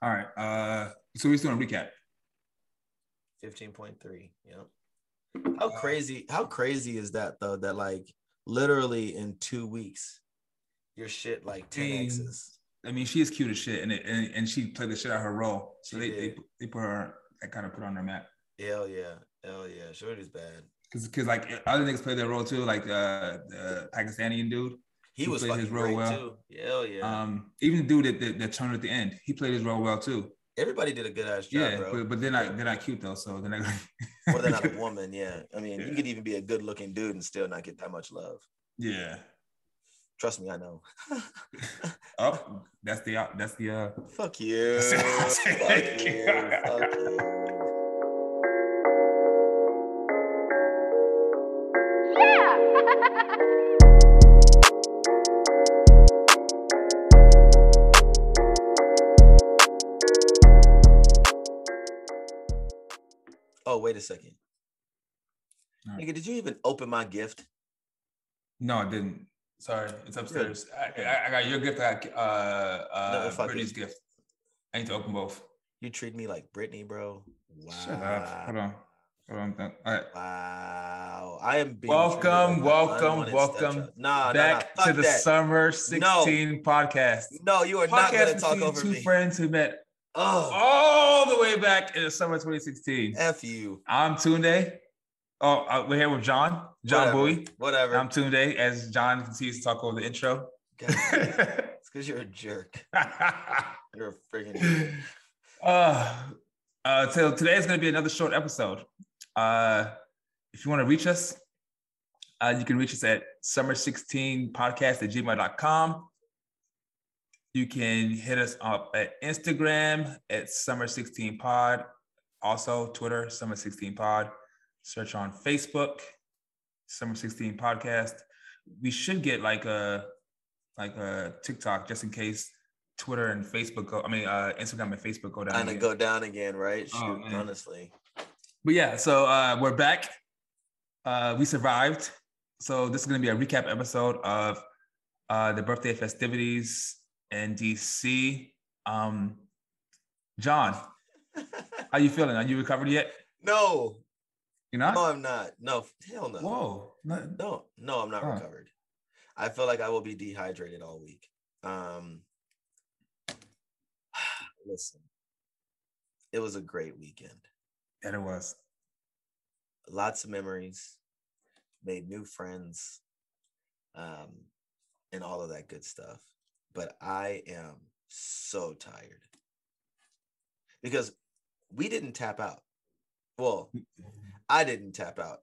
All right. Uh, so we're just doing a recap. 15.3. Yep. How crazy, how crazy is that though? That like literally in two weeks, your shit like 10x's. I mean, she is cute as shit, and it, and, and she played the shit out her role. So She they, they did. they put her that kind of put her on their map Hell yeah. Hell yeah. Shorty's bad. because because like other niggas played their role too, like uh, the Pakistani dude. He, He was played fucking his role great well. too. Hell yeah. Um, even the dude that, that that turned at the end, he played his role well too. Everybody did a good ass job, Yeah, bro. but, but they're not they're not cute though, so they're not. More than not a woman, yeah. I mean, you Yeah. could even be a good looking dude and still not get that much love. yeah. Trust me, I know. Oh, that's the out. That's the uh. Fuck you. Fuck Thank you. you. Fuck you. Oh, wait a second. All right. Nigga, did you even open my gift? No, I didn't. Sorry, it's upstairs. I, I, I got your gift. I got uh, No, uh fuck it. Brittany's gift. I need to open both. You treat me like Britney, bro. Wow. Shut up. Hold on. Hold on. th- All right. Wow. I am being treated Welcome, an welcome, unwanted welcome stepchild. Nah, Back nah, nah. to Fuck the that. summer 16 podcast. No, you are not podcast gonna talk between over two me. friends who met Oh, all the way back in the summer 2016. f you. I'm Tunde. Oh, uh, we're here with John, John Whatever. Bowie. Whatever. I'm Tunde, as John continues to talk over the intro. God, it's because you're a jerk. You're a freaking. Jerk. uh, uh, so today is going to be another short episode. Uh, if you want to reach us, uh, you can reach us at summer16podcast at gmail.com. You can hit us up at Instagram at summer16pod. Also, Twitter, summer16pod. Search on Facebook, summer16 podcast. We should get like a like a TikTok just in case Twitter and Facebook go, I mean uh Instagram and Facebook go down. Kind of again. go down again, right? Shoot, Oh, man. honestly. But yeah, so uh, we're back. Uh, we survived. So this is going to be a recap episode of uh, the birthday festivities in DC. Um, John, how you feeling? Are you recovered yet? no, You're not. no, I'm not. No, hell no. Whoa. No- No, no, I'm not Huh. recovered. I feel like I will be dehydrated all week. Um, listen, it was a great weekend. That it was. lots of memories, made new friends, um, and all of that good stuff. But I am so tired because we didn't tap out. Well, I didn't tap out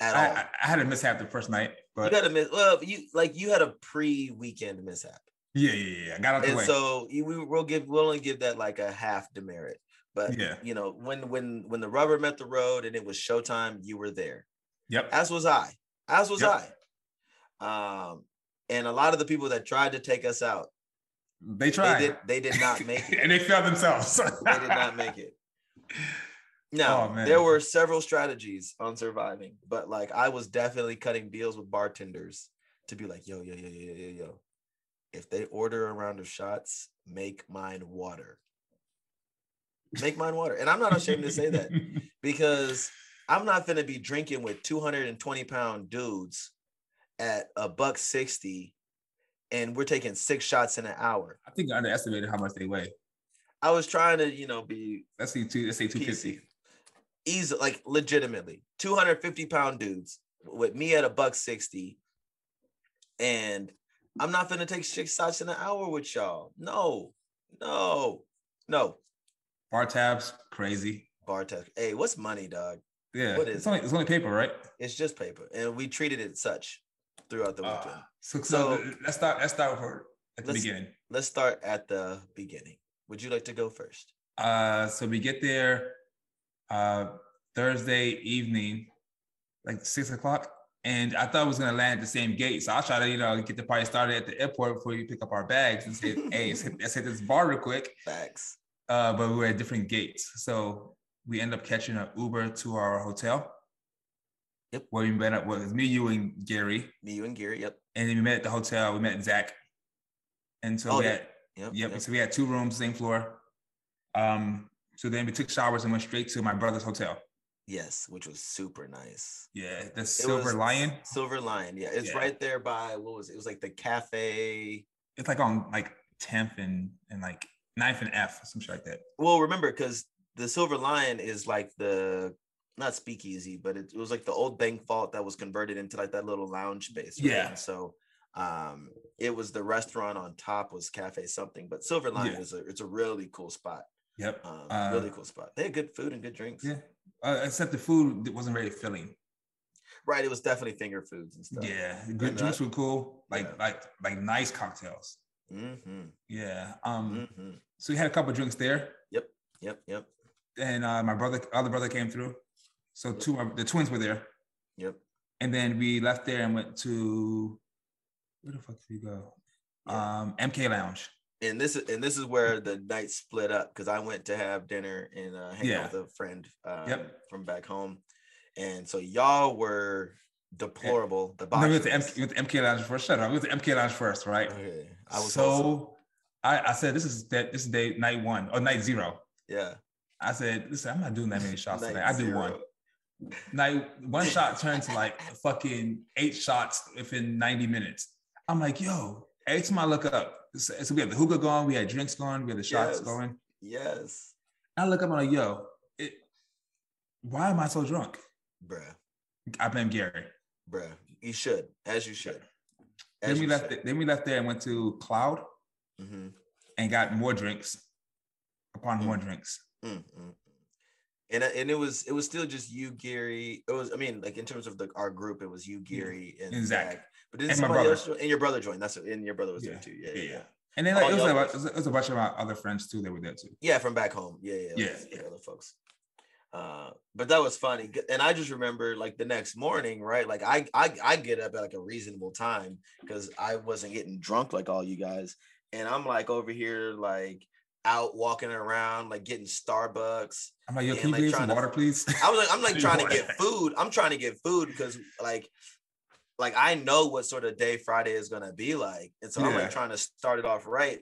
at I, all. I, I had a mishap the first night, Oh. you but got a miss. Well, you like you had a pre-weekend mishap, yeah, yeah, yeah. I got out the and way. so you- we will give we'll only give that like a half demerit. But yeah. you know, when when when the rubber met the road and it was showtime, you were there Yep. as was I, as was Yep. I. Um, and a lot of the people that tried to take us out, They they tried. did, they did not make it. and they failed themselves. They did not make it. Now, Oh, man. there were several strategies on surviving, but like I was definitely cutting deals with bartenders to be like, yo, yo, yo, yo, yo, yo. If they order a round of shots, make mine water. Make mine water. And I'm not ashamed to say that because I'm not gonna be drinking with 220 pound dudes at a buck 60 and we're taking six shots in an hour. I think I underestimated how much they weigh. I was trying to, you know, be Let's see, two, let's say two fifty. PC. Easy, like legitimately, 250 pound dudes with me at a buck 60. And I'm not gonna take six shots in an hour with y'all. No, no, no. Bar tabs, crazy. Bar test. Hey, what's money, dog? Yeah, What is it's only it's only paper, right? It's just paper. And we treated it such throughout the Uh, weekend. so, So- so, let's start. Let's start with her at the Let's- beginning. let's start at the beginning. Would you like to go first? Uh, so we get there uh, Thursday evening, like six o'clock, and I thought it was gonna land at the same gate. So I try to you know get the party started at the airport before you pick up our bags and say, "Hey, let's hit, let's hit this bar real quick." Facts. uh, but we were at different gates. So we end up catching an Uber to our hotel. Yep. Where we met up well, it was me, you, and Gary. Me, you, and Gary. Yep. And then we met at the hotel. We met Zach. And so Oh, we yeah. had Yep. yep, So we had two rooms, same floor. Um, so then we took showers and went straight to my brother's hotel. Yes, which was super nice. Yeah, the It Silver was- Lion. Silver Lion. Yeah, it's Yeah. right there by what was it? It was like the cafe. It's like on like 10th and and like 9th and F, some shit like that. Well, remember because the Silver Lion is like the not speakeasy, but it, it was like the old bank vault that was converted into like that little lounge space. Yeah. And so um it was the restaurant on top was cafe something, but Silver Lion Yeah. is a it's a really cool spot. Yep. Um Uh, really cool spot. They had good food and good drinks. Yeah. Uh, except the food that wasn't very filling. Right. It was definitely finger foods and stuff. Yeah. the And Good that- drinks were cool. Like yeah. like like nice cocktails. Mm-hmm. Yeah. Um. Mm-hmm. So we had a couple drinks there, Yep. Yep. and uh, my brother, other brother, came through. So two, of- the twins were there, Yep. and then we left there and went to where the fuck did we go? Yeah. Um, MK Lounge. and this is and this is where the night split up because I went to have dinner and uh, hang out Yeah. with a friend um, Yep. from back home, and so y'all were deplorable. The No, we went to, M- debaucheries. we went to MK Lounge first. Shut up. We went to MK Lounge first, right? Okay, I was so also- I, I said this is that this is day night one or night zero. yeah. I said, listen, I'm not doing that many shots night today. I do zero. one. Night one shot turned to like fucking eight shots within 90 minutes. I'm like, yo, every time I look up, so, so we had the hookah going, we had drinks going, we had the shots Yes. going. Yes, I look up, I'm like, yo, it, why am I so drunk? bruh, I blame Gary. bruh. You should, as you should. Then we left. Then we left there and went to Cloud hmm and got more drinks. Upon Mm. more drinks, Mm, mm. And I- and it was it was still just you, Gary. It was I mean like in terms of the our group, it was you, Gary, and, And Zach. But did And my somebody brother. else join? and your brother joined. That's it. and your brother was there Yeah. too. Yeah, Yeah, yeah, yeah. yeah. and then like, Oh, it, was y'all like, did. a- it was a bunch of our other friends too that were there too. Yeah, from back home. Yeah, yeah, Yeah, yeah. yeah. Other folks. Uh, but that was funny, G- and I just remember like the next morning, right? Like I, I, I get up at like a reasonable time because I wasn't getting drunk like all you guys, and I'm like over here like out walking around like getting Starbucks. I'm like, yo, Yeah, can you like, get some trying to- water, please? I was like, I'm like You trying to are. get food. I'm trying to get food because like like I know what sort of day Friday is gonna be like. And so I'm Yeah. like trying to start it off right.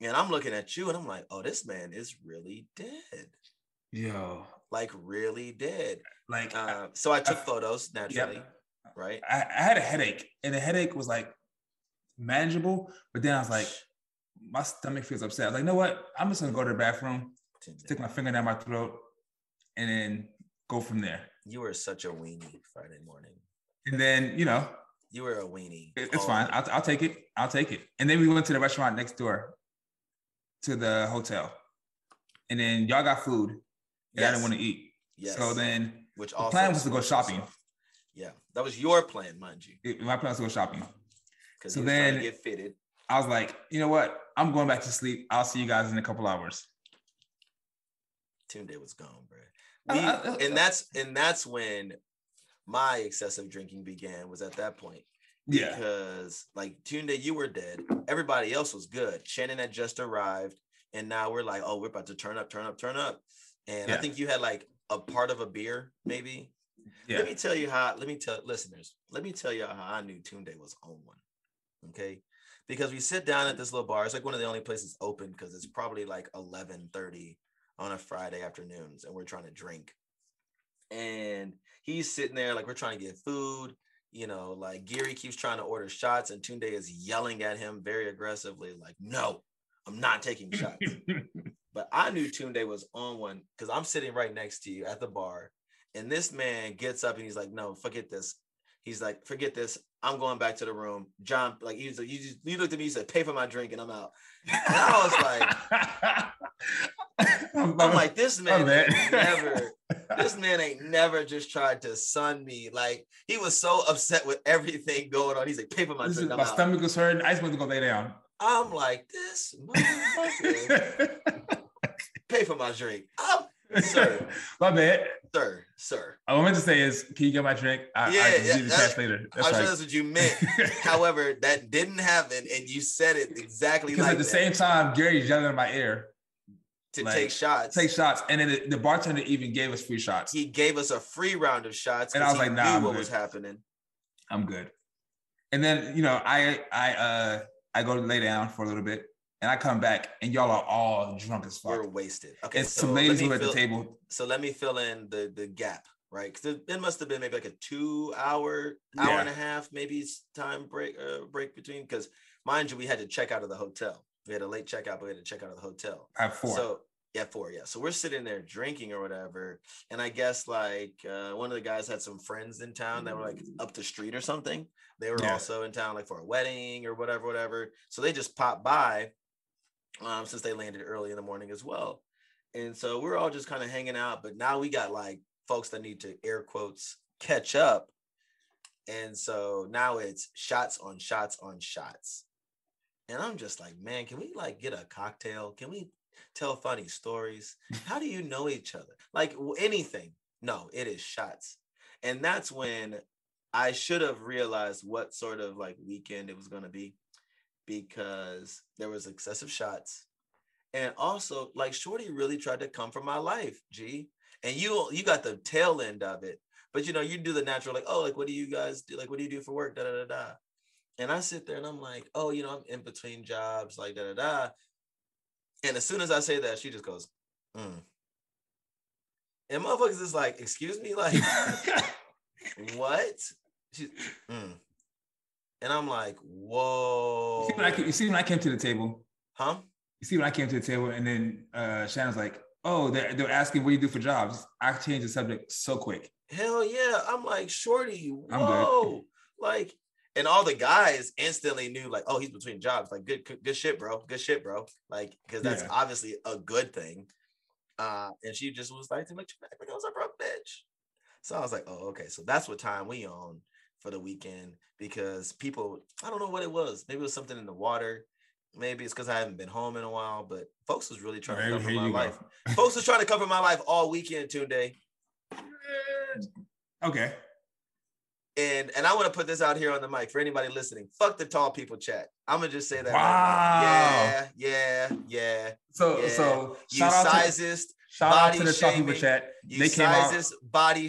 And I'm looking at you and I'm like, oh, this man is really dead. yo, Like really dead. like, I- Uh, so I took I- photos naturally, yeah, right? I, I had a headache, and the headache was like manageable, but then I was like, my stomach feels upset. I was like, you know what? I'm just gonna go to the bathroom, stick my finger down my throat, and then go from there. You were such a weenie Friday morning. And then you know, You were a weenie. it- it's all fine. night. I'll, I'll take it. I'll take it. And then we went to the restaurant next door to the hotel, and then y'all got food, and I Yes, didn't want to eat. yes. So then which the plan was to go screws us shopping. off. Yeah, that was your plan, mind you. it- my plan was to go shopping. Because So you were trying to then- get fitted. I was like, you know what? I'm going back to sleep. I'll see you guys in a couple hours. Tim Day was gone, bro. I- We, I- I- and that's and that's when my excessive drinking began. Was at that point Yeah. because like Tunde, you were dead. Everybody else was good. Shannon had just arrived, and now we're like, oh, we're about to turn up, turn up, turn up. And I Yeah. think you had like a part of a beer, maybe. Yeah. Let me tell you how. Let me tell listeners. Let me tell you how I knew Tunde was on one. Okay, because we sit down at this little bar. It's like one of the only places open because it's probably like eleven thirty on a Friday afternoons, and we're trying to drink. And he's sitting there like we're trying to get food. You know, like Geary keeps trying to order shots, and Tunde is yelling at him very aggressively, like, "No, I'm not taking shots." but I knew Tunde was on one because I'm sitting right next to you at the bar, and this man gets up and he's like, "No, forget this." He's like, "Forget this. I'm going back to the room." John, like, he's like, "You just you looked at me. You said, pay for my drink, and I'm out." I like, I'm, I'm like, "This man bad." ain't never." This man ain't never just tried to sun me. Like he was so upset with everything going on. He's like, "Pay for my this is, drink." I'm, my out." stomach was hurting. I just wanted to go lay down. I'm like, "This motherfucker, pay for my drink." I'm, Sir. my bad. sir, sir. All I meant to say is, can you get my drink? I, Yeah, I can yeah, give you the that's- cash later. I'm That's sure like, that's what you meant. However, that didn't happen, and you said it exactly because like at the that, same time, Gary's yelling in my ear, to like, take shots. take shots. And then the, the bartender even gave us free shots. he gave us a free round of shots, And I 'cause was he like, nah, knew I'm what good. was happening. I'm good. And then you know, I I uh I go to lay down for a little bit, and I come back and y'all are all drunk as fuck. We're wasted. Okay, It's so some let ladies me who are at the fill- table. So let me fill in the the gap, right? Because it must have been maybe like a two hour, hour Yeah. and a half, maybe s- time break uh, break between. Because mind you, we had to check out of the hotel. We had a late checkout, but we had to check out of the hotel. I have four. So yeah, four. Yeah. So we're sitting there drinking or whatever, and I guess like uh, one of the guys had some friends in town that were like up the street or something. They were Yeah. also in town like for a wedding or whatever, whatever. So they just popped by, um, since they landed early in the morning as well. And so we're all just kind of hanging out, but now we got like folks that need to air quotes catch up. And so now it's shots on shots on shots. And I'm just like, man, can we like get a cocktail? Can we tell funny stories? How do you know each other? Like w- anything. No, it is shots. And that's when I should have realized what sort of like weekend it was going to be because there was excessive shots. And also like Shorty really tried to come for my life, G. And you you got the tail end of it. But you know, you do the natural like, "Oh, like what do you guys do? Like what do you do for work?" da da da da. And I sit there and I'm like, "Oh, you know, I'm in between jobs, like da da da." And as soon as I say that, she just goes, mm. And motherfuckers is like, excuse me, like, what? She, mm. And I'm like, you, whoa. see when I, ca- you see when I came to the table, huh? you see when I came to the table, and then uh, Shannon's like, "Oh, they're, they're asking what do you do for jobs." I changed the subject so quick. Hell yeah. I'm like, Shorty, I'm good. whoa. Like, and all the guys instantly knew, like, oh, he's between jobs. Like, good, good shit, bro. Good shit, bro. Like, because that's Yeah. obviously a good thing. Uh, and she just was like, to make you back, like, I was like, bro, bitch. So I was like, oh, okay. So that's what time we on for the weekend because people, I don't know what it was. Maybe it was something in the water. Maybe it's because I haven't been home in a while, but folks was really trying Right, to cover here my you go. life. folks was trying to cover my life all weekend, Tune Day. Okay. and and I want to put this out here on the mic for anybody listening. Fuck the tall people chat. I'm gonna just say that. Wow. now. Yeah, yeah, yeah. So Yeah. so You shout out to sizist, shout out to body the Talk People shaming. chat. you they came out. sizist, body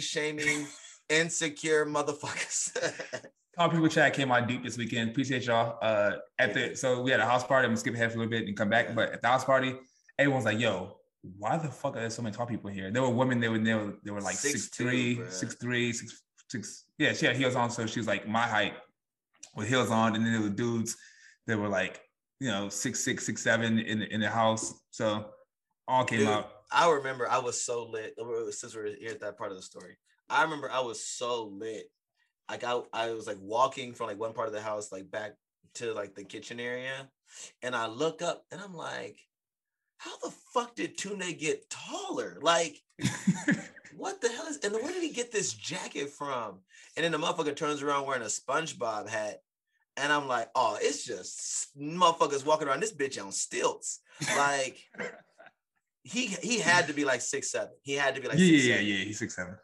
shaming, insecure motherfuckers. Talk People chat came out deep this weekend. Appreciate y'all. Uh, at the so we had a house party. I'm gonna skip ahead for a little bit and come back. Yeah. But at the house party, everyone's like, "Yo, why the fuck are there so many tall people here?" There were women. They were they were, they were like 6'2", six three, bruh. six three, six six. Yeah, she had heels on, so she was like my height with heels on. And then there were dudes that were like you know six six six seven in the- in the house. So all came Dude, out. I remember I was so lit. uh, Since we're here at that part of the story, I remember I was so lit. Like I, I was like walking from like one part of the house, like back to like the kitchen area, and I look up and I'm like, how the fuck did Tune get taller? Like, what the hell is? And where did he get this jacket from? And then the motherfucker turns around wearing a SpongeBob hat. And I'm like, oh, it's just motherfuckers walking around this bitch on stilts. Like, he he had to be like six seven. He had to be like yeah, six, yeah, yeah, seven. yeah. He's six seven.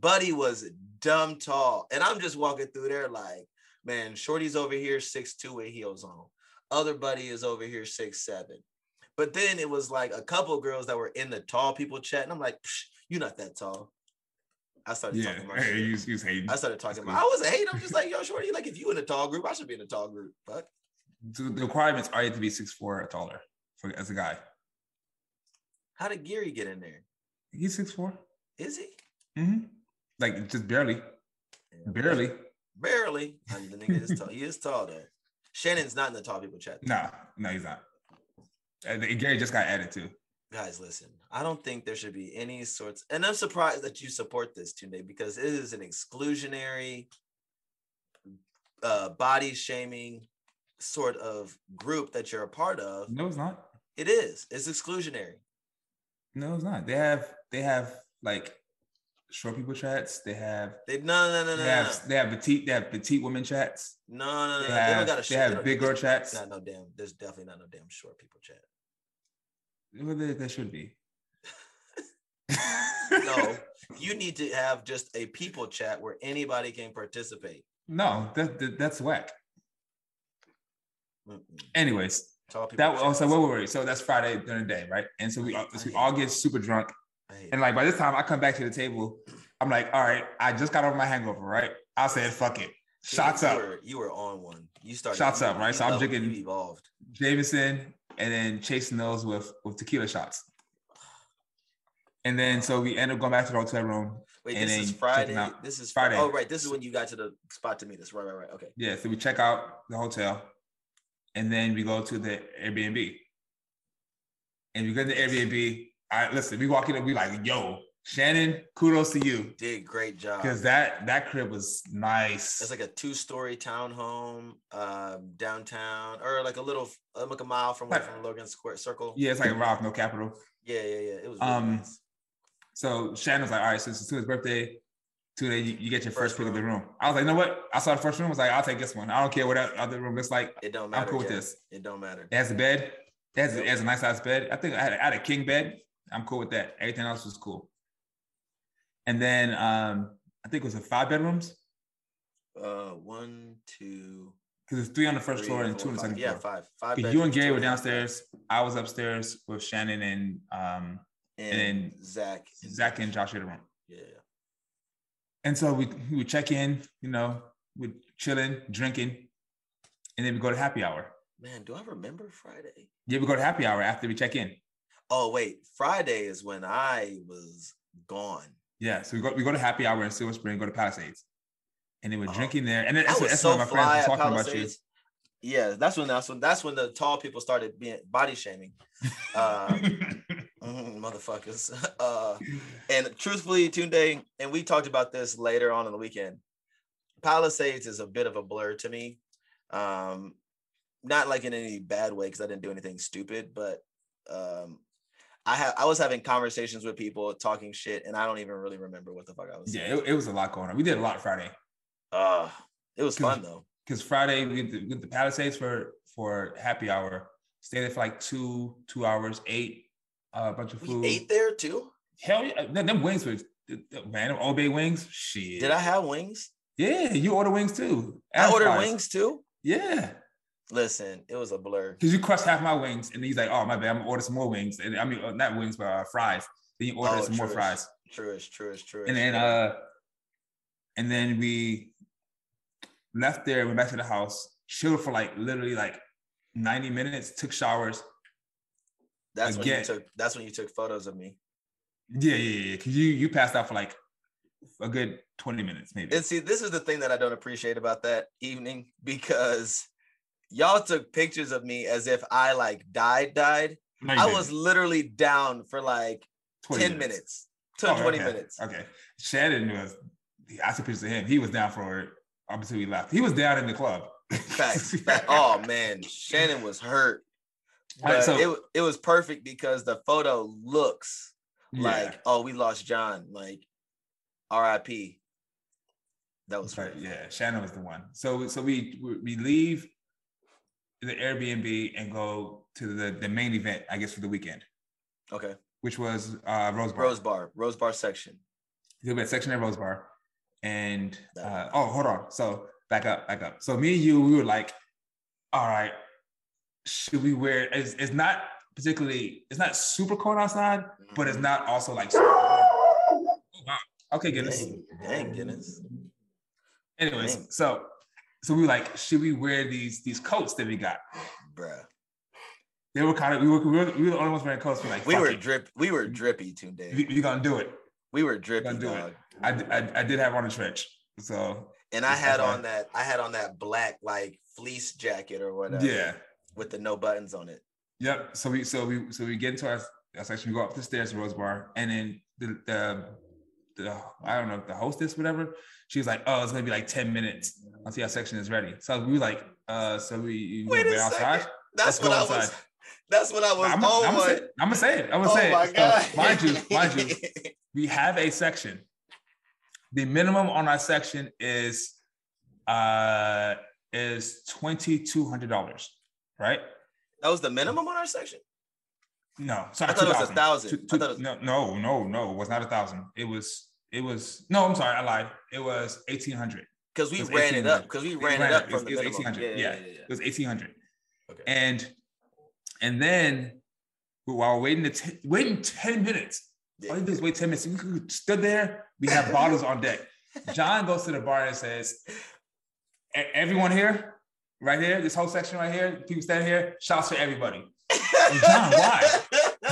Buddy was dumb tall, and I'm just walking through there like, man, Shorty's over here six two with heels on. Other buddy is over here six seven. But then it was like a couple girls that were in the tall people chat, and I'm like, Psh, you're not that tall. I started Yeah, talking about. hey, you, you was hating. I started talking That's about. I was a hater. I'm just like, yo, Shorty, like if you in a tall group, I should be in a tall group. Fuck. The the requirements are you have to be six four or taller for, as a guy. How did Geary get in there? He's six four. Is he? Mm-hmm. Like just barely, Yeah. barely. Barely. I mean, the nigga is tall. He is tall though. Shannon's not in the tall people chat. No, no, he's not. And Gary just got added too. Guys, listen. I don't think there should be any sorts, and I'm surprised that you support this today because it is an exclusionary, uh, body shaming sort of group that you're a part of. No, it's not. It is. It's exclusionary. No, it's not. They have they have like short people chats. They have They no no no no they no have they have petite they have petite women chats. no no no. no. They They, have don't got a they have big girl chats. Not no damn. There's definitely not no damn short people chat. Well, there, there should be. No, you need to have just a people chat where anybody can participate. no, that, that that's whack. Mm-mm. Anyways, Tall people. that chat. also wait, wait, wait. So that's Friday during the day, right? And so we all, so we all get super drunk. I hate And like by this time, I come back to the table. I'm like, all right, I just got over my hangover, right? I said, fuck it. it. Shots you up. Were, you were on one. You started. Shots you- up, right? you So I'm leveled- drinking- You evolved. Jameson, and then chasing those with with tequila shots. And then so we ended up going back to the hotel room. Wait, And this is then checking Friday. out- This is Friday. Friday. Oh, right. This is when you got to the spot to meet us. Right, right, right. Okay. Yeah, so we check out the hotel, and then we go to the Airbnb. And we go to the Airbnb. I listen, we walk in and we like, yo, Shannon, kudos to you. Did great job. Because that that crib was nice. It's like a two-story townhome um, downtown, or like a little, uh, like a mile from, Right. from Logan Square Circle. yeah, it's like Ralph, no capital. Yeah, yeah, yeah. It was really Um, nice. So Shannon's like, all right, since it's Tua's birthday, Tua, you, you get your first, First pick of the room. room. I was like, you know what? I saw the first room. I was like, I'll take this one. I don't care what that other room looks like. It don't I'm matter. cool with yeah. this. It don't matter. It has a bed. It has, Yep. it has a nice size bed. I think I had, a- I had a king bed. I'm cool with that. Everything else was cool. And then um, I think it was a five bedrooms Uh, one, two, because it's three on the first three, floor and two four, on the five. second Yeah, floor. five. Five. 'Cause you and bedrooms, two Gary were and a half downstairs. I was upstairs with Shannon and um, bath, and and Zach. Zach and Josh in the room. Yeah. And so we we would check in, you know, we're chilling, drinking, and then we go to happy hour. Man, do I remember Friday? Yeah, we go to happy hour after we check in. Oh wait, Friday is when I was gone. Yeah, so we go we go to happy hour in Silver Spring, go to Palisades, and then we're Oh. drinking there. And then I that's, what- was that's so when my fly friends were at talking about you. Palisades. Yeah, that's when that's when that's when the tall people started being body shaming. Uh, mm, motherfuckers. Uh, and truthfully, Tunde, and we talked about this later on in the weekend. Palisades is a bit of a blur to me. Um, not like in any bad way because I didn't do anything stupid, but um, I have I was having conversations with people talking shit, and I don't even really remember what the fuck I was. saying. yeah, it, it was a lot going on. We did a lot Friday Uh, it was 'Cause- fun though. because Friday we went to, went to Palisades for for happy hour. Stayed there for like two two hours, ate uh, a bunch of We food. ate there too. Hell yeah, them, them wings were man, them Old Bay wings. Shit. Did I have wings? Yeah, you order wings too. I ordered Fries. wings too. Yeah, Listen, it was a blur. because you crushed half my wings, and he's like, "Oh my bad, I'm gonna order some more wings." And I mean, uh, not wings, but uh, fries. Then you order Oh, some more true. fries, Truest, truest, truest. and then uh, and then we left there, went back to the house, chilled for like literally like ninety minutes, took showers. that's when again- you took that's when you took photos of me. Yeah, yeah, yeah. yeah, 'cause you you passed out for like a good twenty minutes, maybe. And see, this is the thing that I don't appreciate about that evening because y'all took pictures of me as if I like died, died. No, you I didn't. was literally down for like 10 20 minutes, to Oh, 20 okay. minutes. Okay, Shannon was. I took pictures of him. He was down for it up until we left. He was down in the club. Facts. Fact- oh man, Shannon was hurt. All right, But so- it, wa- it was perfect because the photo looks Yeah. like, oh, we lost John. Like RIP. That was But right. yeah, Shannon was the one. So so we we- we leave the Airbnb and go to the the main event, I guess, for the weekend, Okay. which was uh, Rose Bar. Rose bar, rose bar section. We had section at Rose Bar, and That- uh, oh, hold on. So back up, back up. So me and you, we were like, all right, should we wear? It's, it's not particularly, it's not super cold outside, but Mm-hmm. it's not also like. super warm. Oh, wow. Okay, goodness. Dang, dang Guinness. Anyways, Dang. so so we were like, should we wear these these coats that we got? Bruh. They were kind of we were we were, we were the only ones wearing coats. We're like, We fuck were it. drip. We were drippy today. We, are gonna do it. We were drippy, gonna do it. dog. I, d- I- I did have on a trench, so And I That's had all right. on that. I had on that black like fleece jacket or whatever. yeah, With the no buttons on it. yep. So we so we so we get into our, our section. We go up the stairs to Rose Bar, and then the the. The, I don't know the hostess, whatever. She was like, "Oh, it's gonna be like ten minutes until our section is ready." So we were like, "Uh, so we you Wait gonna a wait outside?" second. That's Let's what go I was. outside. That's what I was I'm on. gonna say, I'm gonna say it. I'm gonna oh say it. my So, god. mind you, mind you, we have a section. The minimum on our section is uh is twenty two hundred dollars, right? that was the minimum on our section. No, sorry, I thought it was a 2,000. thousand. Two- I two- thought it was- no, no, no, no, it was not a thousand. It was it was no, I'm sorry, I lied. It was eighteen hundred. Because we It was ran it 1800. up. Because we We ran ran it it. up It was- from it the was minimum. 1800. Yeah, yeah, It yeah. was eighteen hundred. Okay. And and then while waiting the t- waiting 10 minutes All yeah. you do is wait 10 minutes. We stood there. We have bottles on deck. John goes to the bar and says, "E- Everyone here, right here, this whole section right here, people standing here, shouts to everybody. John, why?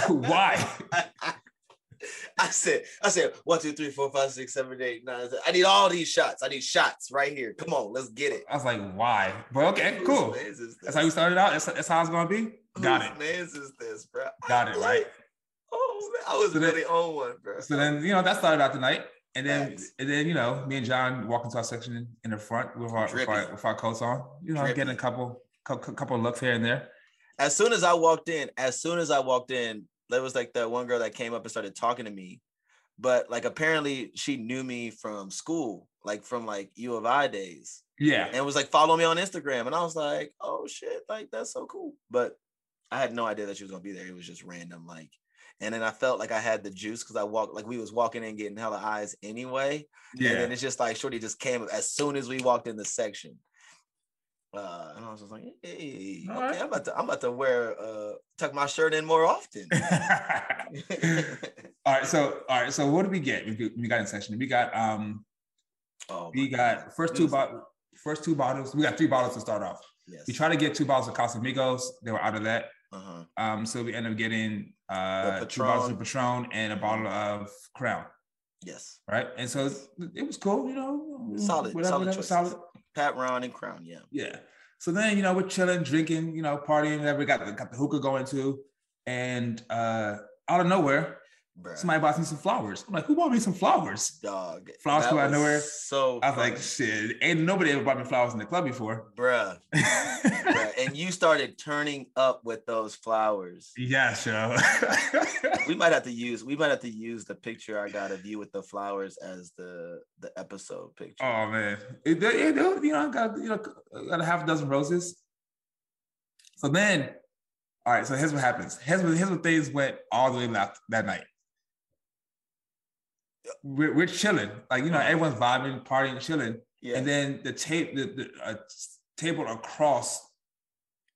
Why? I said, I said, one, two, three, four, five, six, seven, eight, nine. ten. I need all these shots. I need shots right here. Come on, let's get it. I was like, why? But okay, cool. Whose man's is That's this? how we started out. That's, that's how it's gonna be. Got Whose it. man's is this, bro? Got I'm it, right? like, Oh, man, I was So then- really on one, bro. So then, you know, that started out tonight. And then, Facts. and then, you know, me and John walk into our section in the front with our, with our, Drippy. with our coats on, you know, Drippy. getting a couple, couple, couple looks here and there. as soon as I walked in, as soon as I walked in, there was like that one girl that came up and started talking to me. But like apparently she knew me from school, like from like U of I days, Yeah. and was like follow me on Instagram. And I was like, oh shit, like that's so cool. But I had no idea that she was gonna be there. It was just random, like. And then I felt like I had the juice because I walked like we was walking in getting hella eyes anyway. And Yeah. then it's just like Shorty just came as soon as we walked in the section. Uh, and I was just like, hey, All okay, right. I'm about to I'm about to wear uh tuck my shirt in more often. all right. So, all right. So what did we get? We, we got in section. We got, um, oh we my got God. first It two was- bottles. First two bottles, we got three bottles to start off. Yes. We tried to get two bottles of Casamigos. They were out of that. uh-huh. Um, so we ended up getting uh, The two bottles of Patron. Patron and a bottle of Crown, Yes. right? And so it's- it was cool, you know. Solid, solid choices. Pat Ron and Crown, yeah. Yeah. So then you know we're chilling, drinking, you know, partying, whatever. We got the, got the hookah going too, and uh, out of nowhere, Bruh. somebody bought me some flowers. I'm like, who bought me some flowers? dog. Flowers that come out of was nowhere. So I was like, funny. shit, ain't nobody ever bought me flowers in the club before. bruh, bruh. And you started turning up with those flowers. yeah, sure. we might have to use we might have to use the picture I got of you with the flowers as the the episode picture. Oh man, it, they- it- they- you know, I got you know, got a half a dozen roses. So then, all right. So here's what happens. Here's what, here's what things went all the way left that night. We're, we're chilling, like you know, everyone's vibing, partying, chilling, yeah. and then the tape, the, the uh, table across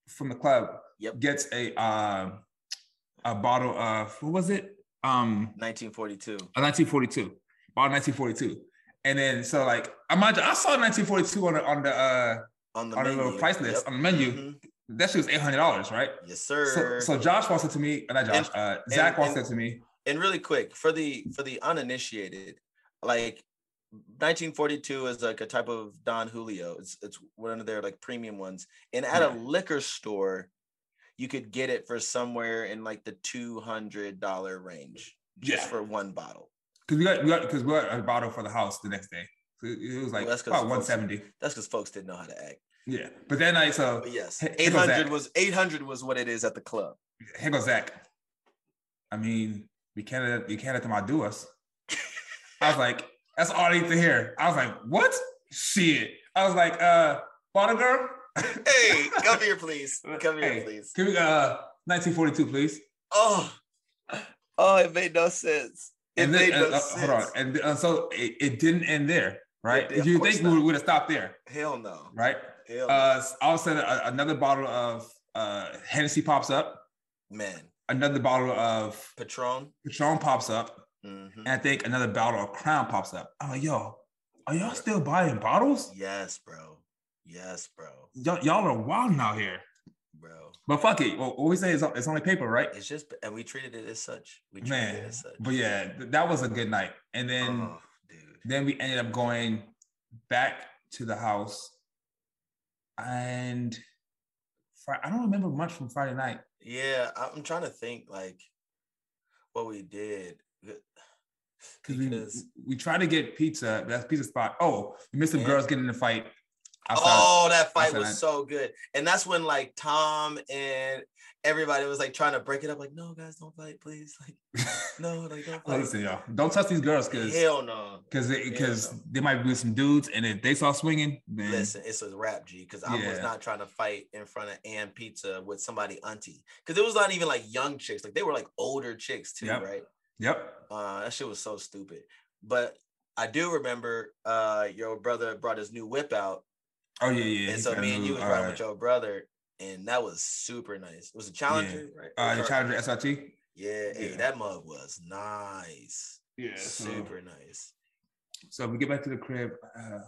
from the club Yep. gets a uh, a bottle of what was it? Um, 1942. Uh, 1942, about 1942. And then so like I mind you, I saw 1942 on the on the uh On the on the menu. little price list Yep. on the menu. Mhm. That shit was eight hundred dollars, right? Yes, So, sir. so Josh walks up to me, uh, not Josh, uh, Zach walks and- up to me. and really quick for the for the uninitiated, like 1942 is like a type of Don Julio. It's it's one of their like premium ones. And at a Right. liquor store, you could get it for somewhere in like the $200 range just Yeah. for one bottle. Cause we got we got because we got a bottle for the house the next day. So it it was like Well, that's 'cause about folks- 170. That's because folks didn't know how to act. Yeah. But then I so But yes, Here- here goes 800 Zach. was 800 was what it is at the club. here goes Zach. I mean, we can't let you can't let them outdo us. I was like, that's all I need to hear. I was like, what? Shit. I was like, uh, bottle girl, Hey, come here, please. Come here, Hey. please. Can we uh 1942, please? Oh, oh, it made no sense. It And made then, no uh, uh, sense. hold on, and uh, so it, it didn't end there, right? did- of you course think we not. would have stopped there, Hell no. right? Hell Uh, all of a sudden, a- another bottle of uh Hennessy pops up, no. man. another bottle of Patron. Patron pops up, Mhm. and I think another bottle of Crown pops up. I'm like, yo, are y'all still buying bottles? Yes, bro. Yes, bro. Y'all, y'all are wild out here. Bro. But fuck it. Well, what we say is it's only paper, right? It's just and we treated it as such. We treated it Man, as such. but yeah, th- that was a good night. And then. oh, dude. then we ended up going back to the house and Fri- i don't remember much from friday night Yeah, I- I'm trying to think like what we did. because we, Because- we tried to get pizza that's pizza spot oh we missed some Yeah. girls getting in a fight outside. Oh, that fight outside. was so good. And that's when like Tom and everybody was like trying to break it up, like, no, guys, don't fight, please. Like, no, like don't Oh, fight. listen y'all don't touch these girls because Hell no. because yeah, because no. they might be with some dudes and if they saw swinging then Listen, it's a rap G because I was Yeah. not trying to fight in front of Ann Pizza with somebody auntie. Cause it was not even like young chicks, like they were like older chicks too, Yep. right? yep Uh that shit was so stupid. But I do remember uh your brother brought his new whip out. oh yeah yeah and he's so got a me and new- you was all riding right. with your brother, and that was super nice. It was a challenger, right? Or uh the Charger? challenger srt Yeah, hey, Yeah. that mug was nice. yeah Super nice. So we get back to the crib. Uh,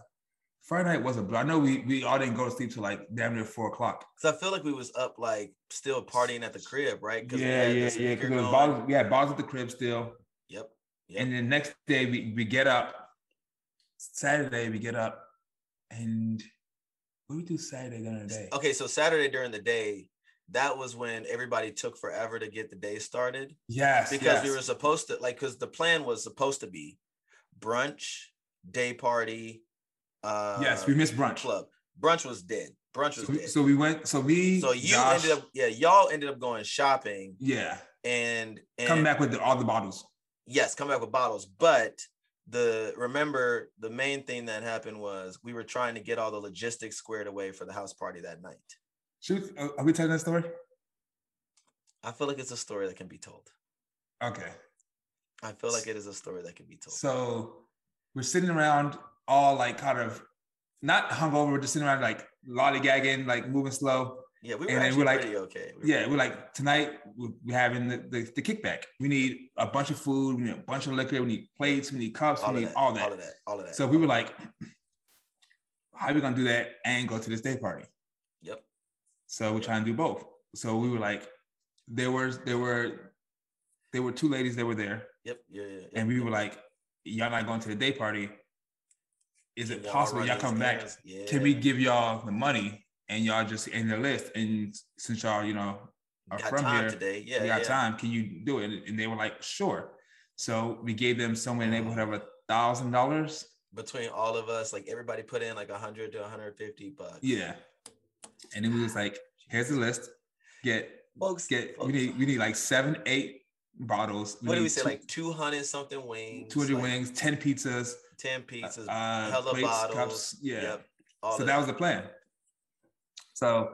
Friday night wasn't, but I know we we all didn't go to sleep till like damn near four o'clock. Because I feel like we was up like still partying at the crib, right? we Yeah, had the yeah, yeah. speaker Because it was going. bars, we had bars at the crib still. Yep. Yep. And then next day we, we get up. Saturday we get up and what do we do Saturday during the day? Okay, so Saturday during the day, that was when everybody took forever to get the day started Yes. because yes. we were supposed to like because the plan was supposed to be brunch, day party, uh yes, we missed brunch. club. Brunch was dead. Brunch was So we, dead. so So, we went so we you Josh- ended up yeah, y'all ended up going shopping Yeah. and and Come back with the, all the bottles. yes, come back with bottles. But the remember the main thing that happened was we were trying to get all the logistics squared away for the house party that night. Shoot, uh, are we telling that story? I feel like it's a story that can be told. Okay. I feel like it is a story that can be told. So we're sitting around all like kind of not hungover, we're just sitting around like lollygagging, like moving slow. yeah, we were and then actually we're like- pretty okay. We were Yeah, we're like tonight we're we're having the, the, the kickback. We need a bunch of food, we need a bunch of liquor, we need plates, we need cups, all we of, need that, all that. all of that, all of that. So we were like, how are we gonna do that and go to this day party? yep, So we're trying to do both. So we were like, there was there were there were two ladies that were there, yep, yeah, yeah. yeah, and we yeah. were like, y'all not going to the day party. Is Can it y'all possible run y'all these come back? errands? Yeah. Can we give y'all the money and y'all just in the list? And since y'all, you know, are got from time here, today? Yeah, we got yeah. time. Can you do it? And they were like, sure. So we gave them somewhere in the neighborhood of a thousand dollars. Between all of us, like everybody put in like 100 to 150 bucks. Yeah. And then we was like, here's the list. Get folks, get we folks, need we need like seven, eight bottles. what do need we say? two- Like 200 something wings, 200 like wings, 10 pizzas, 10 pizzas, uh, hella plates, bottles. cups. Yeah. Yep. All so of that was the plan. So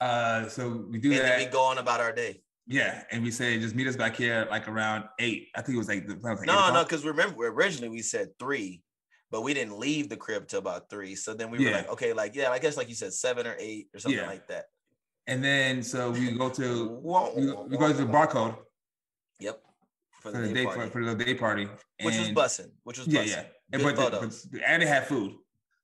uh so we do and that. then we go on about our day. yeah, and we say just meet us back here like around eight. I think it was like the plan was like eight No, no, o'clock. because remember originally we said three, but we didn't leave the crib till about three. So then we were Yeah. like, okay, like yeah, I guess like you said seven or eight or something Yeah. like that. And then so we go to Wah, we, wah, go- we wah, go to the wah. barcode Yep. For for the day, for, party, for the day party. which was and- bussing, which was Yeah, bussing. yeah. Good And, but, the, photos. but- and they had food.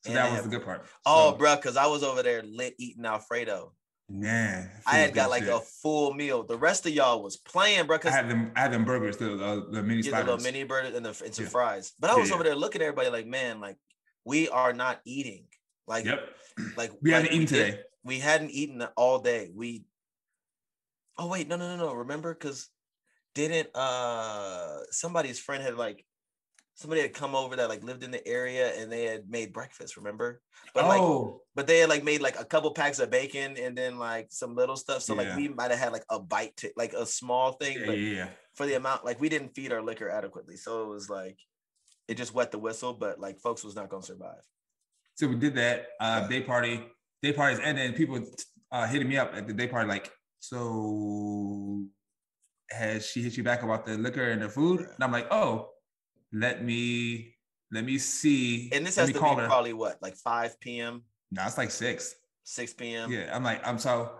So And they that was had the good part. Oh, So, bruh, because I was over there lit eating Alfredo. Man. I food had was got good like shit. a full meal. The rest of y'all was playing, bruh, I because had them. I had them burgers, the the, the mini you get the little sliders. mini burger and, the, and some Yeah. fries. But I Yeah, was yeah. over there looking at everybody like, man, like we are not eating. Like, yep, like we like, haven't eaten did- today. we hadn't eaten all day. We oh wait, no, no, no, no. Remember, because didn't uh somebody's friend had like somebody had come over that like lived in the area and they had made breakfast, remember? But like oh, but they had like made like a couple packs of bacon and then like some little stuff. So like Yeah. we might have had like a bite to like a small thing, yeah, but yeah, yeah. for the amount like we didn't feed our liquor adequately. So it was like it just wet the whistle, but like folks was not gonna survive. So we did that uh, Yeah. day party. Day parties, and then people uh, hitting me up at the day party, like, so has she hit you back about the liquor and the food? And I'm like, oh, let me let me see. And this let me has to be call her. probably what, like 5 p.m. No, it's like six. 6 p.m. Yeah, I'm like, I'm so.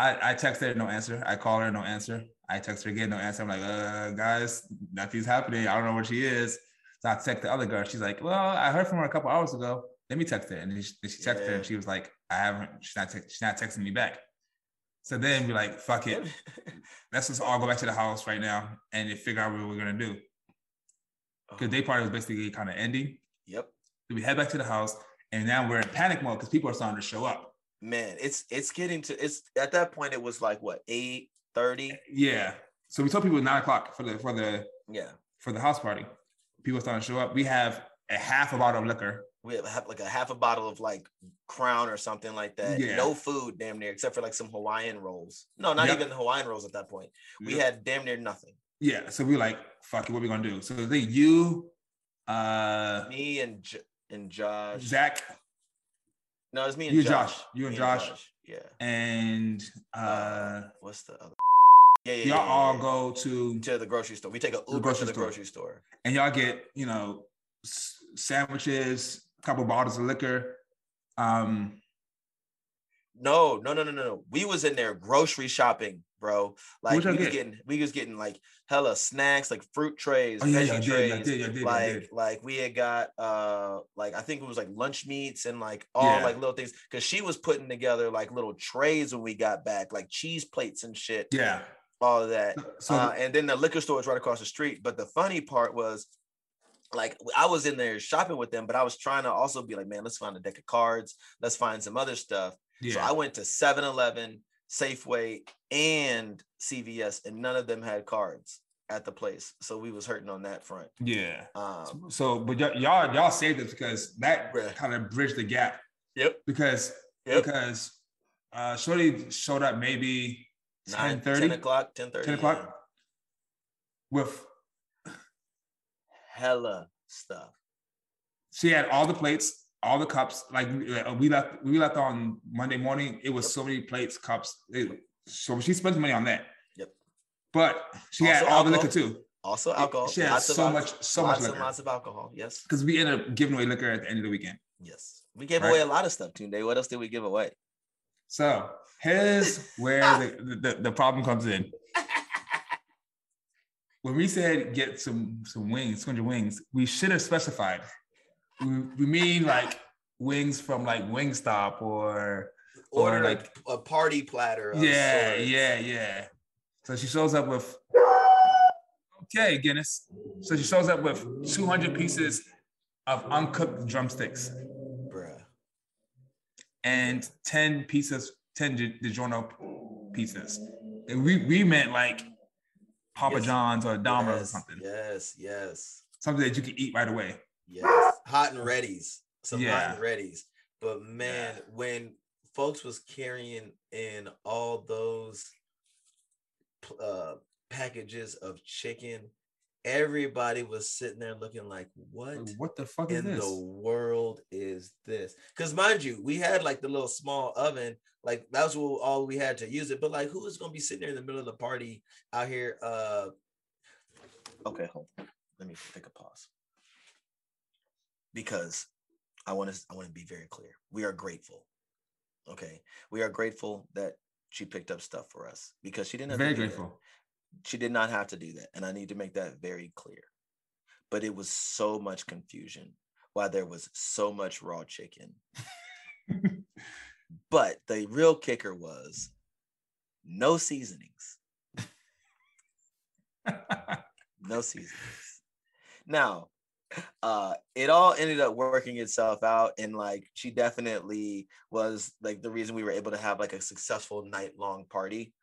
I, I text her, no answer. I call her, no answer. I text her again, no answer. I'm like, uh, guys, nothing's happening. I don't know where she is. So I text the other girl. She's like, well, I heard from her a couple hours ago. Let me text her. And then she, then she texted her, Yeah. and she was like, I haven't. She's not. Te- she's not texting me back. So then we're like, fuck it. Let's just all go back to the house right now and then figure out what we're gonna do. Because day party was basically kind of ending. Oh, yep. So we head back to the house, and now we're in panic mode because people are starting to show up. Man, it's it's getting to it's at that point it was like what eight thirty. Yeah. So we told people nine o'clock for the for the Yeah. for the house party. People starting to show up. We have a half a bottle of liquor. We have ha- like a half a bottle of like crown or something like that. Yeah. No food damn near except for like some Hawaiian rolls. No, not Yep. even Hawaiian rolls at that point. We had damn near nothing. yeah. So we like, fuck it, what we gonna do? So they you, uh, Me and J- and Josh. Zach, No, it's me and you Josh. Josh, you and Me Josh, Yeah. and uh, Uh, What's the other? Yeah, yeah. y'all yeah, all Oh, yeah. go to to the grocery store. We take a Uber grocery to the store. grocery store. and y'all get you know s- sandwiches, couple bottles of liquor. Um, No, no, no, no, no, no. We was in there grocery shopping bro. Like y'all we was get? getting we was getting like hella snacks, like fruit trays, Oh yeah, veggie yeah, I did, trays. yeah, I did, yeah, I did, yeah, I like did. like we had got uh like I think it was like lunch meats and like all Yeah. like little things because she was putting together like little trays when we got back, like cheese plates and shit, Yeah. all of that. So uh, and then the liquor store is right across the street. But the funny part was, like, I was in there shopping with them, but I was trying to also be like, man, let's find a deck of cards, let's find some other stuff. So yeah, I went to 7 Eleven, Safeway, and CVS, and none of them had cards at the place. So we was hurting on that front. yeah. Um, So, but y'all, y'all, y'all saved us because that Bruh. kind of bridged the gap yep. because Yep. because uh, Shorty showed up maybe 10 Nine, 30, 10 o'clock, 10 30. 10 o'clock with Hella stuff. she had all the plates, all the cups. Like uh, we left, we left on Monday morning. It was so many plates, cups. It- so she spent money on that. Yep. But she had Also all the liquor alcohol. too. Also alcohol. She had lots of so al- much, so much lots and liquor. lots of alcohol. Yes. Because we ended up giving away liquor at the end of the weekend. Yes. We gave Right. away a lot of stuff, Tunde. What else did we give away? So here's where the, the, the problem comes in. When we said get some some wings, 200 wings, we should have specified. We, we mean like wings from like Wingstop or Ordered Or like- a, a party platter. of yeah, sorts. yeah, yeah. So she shows up with okay Guinness. So she shows up with 200 pieces of uncooked drumsticks Bruh. and 10 pieces, 10 di- DiGiorno pieces. And we we meant like Papa Yes. John's or Domino's or yes, something, Yes, yes, something that you can eat right away. yes. Hot and ready's. Some hot and ready's. But man, Yeah. when folks was carrying in all those pl- uh, packages of chicken, everybody was sitting there looking like, what? Like, What the fuck is in this? the world is this? Because mind you, we had like the little small oven, like that's what all we had to use it. But like, who is gonna be sitting there in the middle of the party out here? Uh, okay, hold. on. Let me take a pause because I want to. I want to be very clear. We are grateful. Okay, we are grateful that she picked up stuff for us because she didn't. have to Very do that. grateful. She did not have to do that. And I need to make that very clear. But it was so much confusion why there was so much raw chicken. but the real kicker was no seasonings. No seasonings. Now, uh, it all ended up working itself out. And like, she definitely was like the reason we were able to have like a successful night long party.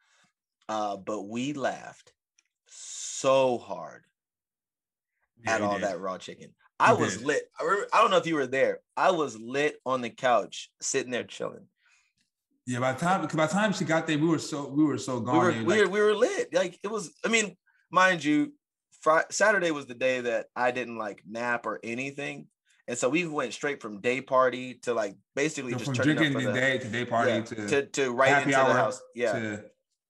Uh, but we laughed so hard Yeah, at you all did. that raw chicken. I You was did. lit. I, remember, I don't know if you were there. I was lit on the couch, sitting there chilling. Yeah, by the time by the time she got there, we were so we were so gone. we were and, we, like, were, we were lit. Like it was. I mean, mind you, Friday, Saturday was the day that I didn't like nap or anything, and so we went straight from day party to like basically so just from turning drinking up for the the day to day party yeah, to, to to right happy into hour the house. Yeah, to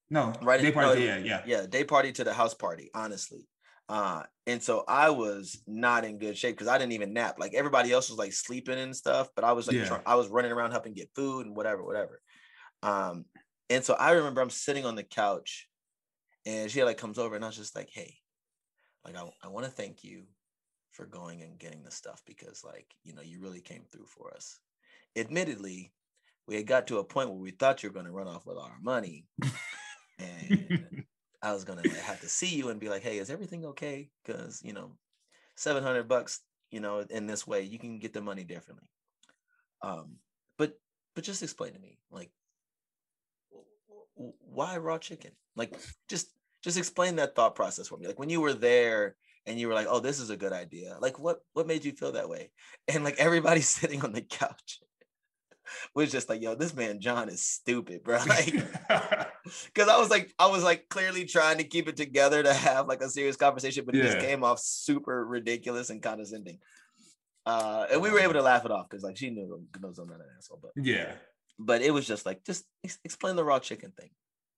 no Right day in- party. no, yeah, yeah, yeah day party to the house party honestly uh and so i was not in good shape because i didn't even nap like everybody else was like sleeping and stuff but i was like Yeah. try- i was running around helping get food and whatever whatever um and so i remember i'm sitting on the couch and she like comes over and i was just like hey like i, I want to thank you for going and getting the stuff because like you know you really came through for us admittedly we had got to a point where we thought you were going to run off with all our money and I was gonna have to see you and be like, "Hey, is everything okay?" Because you know, seven hundred bucks, you know, in this way, you can get the money differently. Um, but but just explain to me, like, w- w- why raw chicken? Like, just just explain that thought process for me. Like when you were there and you were like, "Oh, this is a good idea." Like, what what made you feel that way? And like everybody sitting on the couch was just like, "Yo, this man John is stupid, bro." Like because I was like, I was like clearly trying to keep it together to have like a serious conversation, but it just Yeah. came off super ridiculous and condescending. Uh, and we were able to laugh it off because like she knew knows I'm not an asshole, but yeah. but it was just like just ex- explain the raw chicken thing,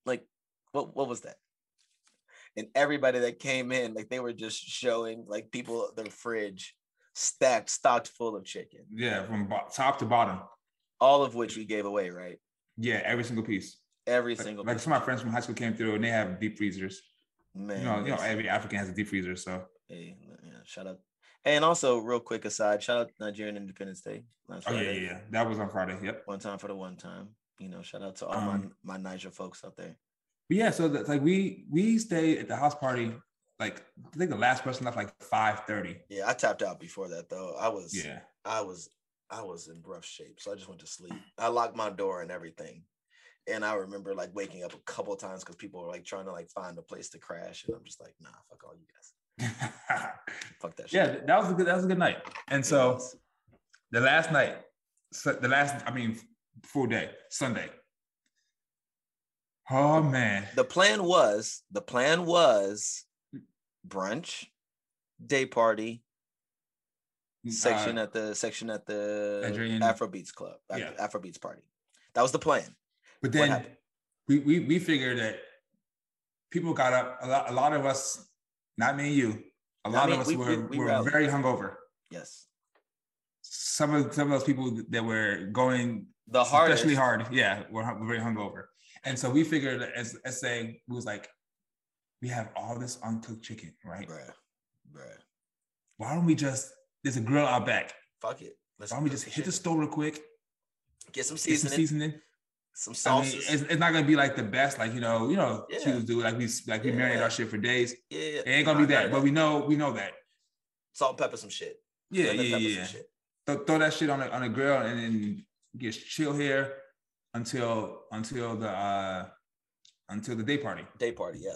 like what what was that? And everybody that came in, like they were just showing like people their fridge stacked, stocked full of chicken, Yeah, from bo- top to bottom. all of which we gave away, right? Yeah, every single piece. Every Like, single like some of my friends from high school came through and they have deep freezers. man. You know, you know, yes. every African has a deep freezer. So Hey, yeah, shout out. And also, real quick aside, shout out Nigerian Independence Day. Last oh yeah, Friday. yeah, yeah. That was on Friday. Yep. One time for the one time. You know, shout out to all Um, my my Niger folks out there. But yeah, so that's like we we stayed at the house party. Like I think the last person left like five thirty. Yeah, I tapped out before that though. I was Yeah. I was I was in rough shape, so I just went to sleep. I locked my door and everything. And I remember like waking up a couple times because people were like trying to like find a place to crash, and I'm just like, nah, fuck all you guys, fuck that shit. yeah, that was a good that was a good night. And so the last night, so the last I mean full day, Sunday. Oh man. the plan was the plan was brunch, day party, section Uh, at the section at the Nigerian- Afrobeats club, at Yeah. the Afrobeats party. That was the plan. But What then happened? we, we we figured that people got up. A lot, a lot of us, not me and you, a Not lot me, of us we- were, we- we were rallied. very hungover. Yes, Some of some of those people that were going the hardest. especially hard, yeah, were, hun- were very hungover. And so we figured, as as say, we was like, we have all this uncooked chicken, right? bruh, bruh. Why don't we just there's a grill out back? Fuck it. Let's Why don't we cook just hit the chicken. store real quick, Get some get some seasoning, seasoning, some I mean, sauces. it's, it's not gonna be like the best, like you know, you know, Yeah. Jews do. Like we like we marinate Yeah. our shit for days. yeah, yeah, It ain't gonna nah, be that, nah, but nah. we know we know that. salt and pepper some shit. Yeah, Lemon yeah, pepper yeah. some shit. Throw, throw that shit on a, on a grill and then just chill here until until the uh until the day party. Day party, yeah.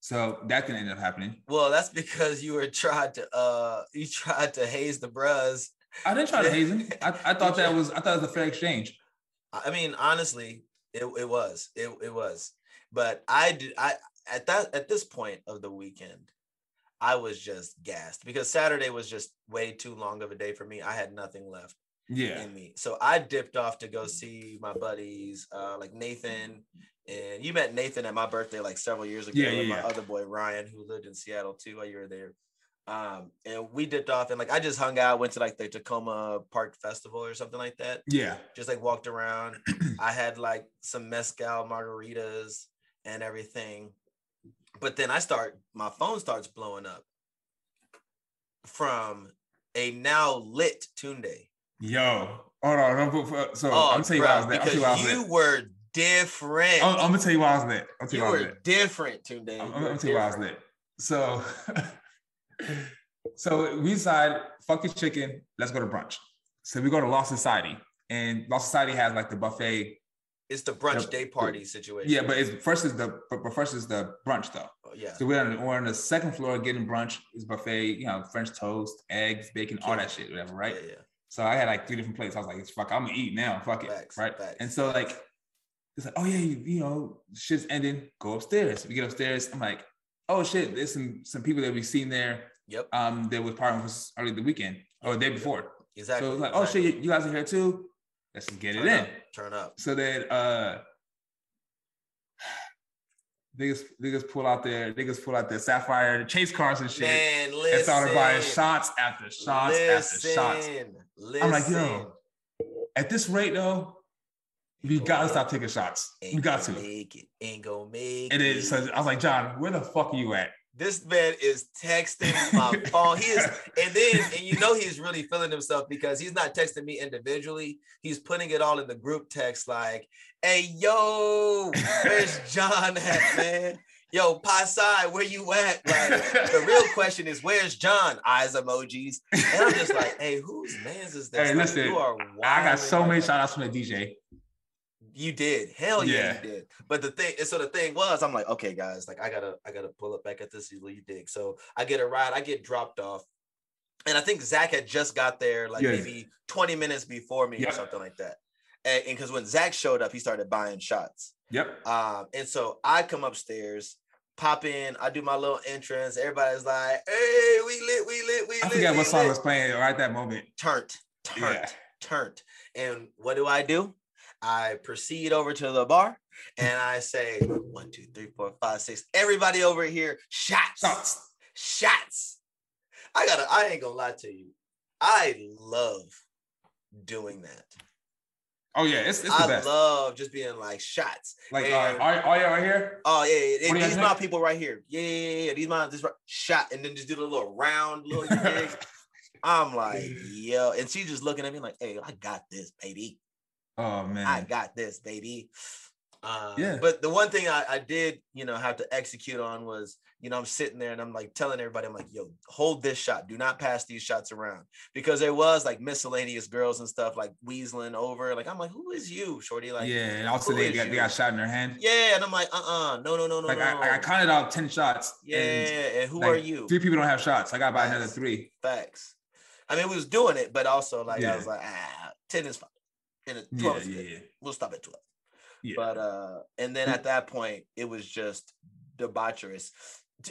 So that didn't end up happening. Well, that's because you were tried to uh you tried to haze the bros. I didn't try to haze him. I, I thought that was I thought it was a fair exchange. I I mean, honestly, it, it was. It, it was. But I did I at that at this point of the weekend, I was just gassed because Saturday was just way too long of a day for me. I had nothing left Yeah. in me. So I dipped off to go see my buddies, uh, like Nathan. And you met Nathan at my birthday like several years ago. Yeah, yeah, and my yeah. other boy Ryan, who lived in Seattle too while you were there. Um, and we dipped off and like I just hung out, went to like the Tacoma Park Festival or something like that Yeah. just like walked around. I had like some mezcal margaritas and everything. But then I start, my phone starts blowing up from a now lit Tunde. Yo. Hold on. don't put- put- So Oh, I'm gonna tell you why I was bruh, there. I'm gonna tell because you why I was you there. were different. I'm, I'm gonna tell you why I was there. I'm gonna tell you you why I was there. were different, Tunde. I'm, You I'm were gonna tell you why I was different. lit. So, so we decided, fuck this chicken, let's go to brunch. So we go to Lost Society, and Lost Society has like the buffet. It's the brunch Yeah, day party situation. Yeah, but it's first is the but, but first is the brunch though. Oh, yeah. So we're on, we're on the second floor getting brunch. It's buffet, you know, French toast, eggs, bacon, all that shit, whatever, right? Yeah, yeah. So I had like three different plates. I was like, it's fuck, I'm gonna eat now. Fuck it. Facts, right. facts, and so like it's like, oh yeah, you, you know, shit's ending. Go upstairs. We get upstairs. I'm like, oh shit, there's some some people that we've seen there. Yep. Um, that was part of us early the weekend or the day before. Exactly. So it's like, oh shit, exactly. you, you guys are here too. Let's just get it Turn in. up. Turn up. So then uh niggas niggas pull out their niggas pull out their sapphire chase cars and shit. Man, listen. and started buying shots after shots after shots. Listen, I'm like, yo, listen. At this rate, though, we gotta stop taking shots. We Ain't got gonna to. Make it. Ain't gonna make And then so I was like, John, where the fuck are you at? this man is texting my phone. He is, and then and you know he's really feeling himself because he's not texting me individually. He's putting it all in the group text, like, "Hey, yo, where's John at, man? Yo, Pasai, where you at? Like, the real question is, where's John? Eyes emojis, and I'm just like, hey, whose man's is this? Hey, Like, listen, you are I got wilding so right many now. shout outs from the DJ. You did. Hell yeah, Yeah. you did. But the thing, and so the thing was, I'm like, okay, guys, like I gotta, I gotta pull up back at this you dig. So I get a ride, I get dropped off. And I think Zach had just got there like Yeah. maybe 20 minutes before me Yeah. or something like that. And because when Zach showed up, he started buying shots. Yep. Um, and so I come upstairs, pop in, I do my little entrance. Everybody's like, hey, we lit, we lit, we lit. I forgot we what song lit." was playing right at that moment. Turnt, turnt Yeah. turned. And what do I do? I proceed over to the bar and I say, one, two, three, four, five, six. Everybody over here, shots, shots. Shots. I gotta, I ain't gonna lie to you. I love doing that. Oh yeah, it's, it's the I best. love just being like shots. like all and- right, all right, all y'all right here. Oh yeah, yeah, yeah. What do you these guys my think? people right here. Yeah, yeah, yeah, yeah. These my just right- shot, and then just do the little round little thing. I'm like, yo, and she's just looking at me like, hey, I got this, baby. Oh man. I got this, baby. Uh, Yeah. But the one thing I, I did, you know, have to execute on was, you know, I'm sitting there and I'm like telling everybody, I'm like, yo, hold this shot. Do not pass these shots around because there was like miscellaneous girls and stuff like weaseling over. Like, I'm like, who is you, shorty? Like, yeah. yeah, and also who they is got, you? they got shot in their hand. And I'm like, uh-uh, no, no, no, no, like no. I, I counted out ten shots. yeah. And And who like, are you? three people don't have shots. I got about another three. Facts. I mean, we was doing it, but also like I Yeah. was like, ah, ten is fine. Ten is Yeah, twelve is yeah, good. yeah. We'll stop at twelve. Yeah. But uh, and then at that point, it was just debaucherous,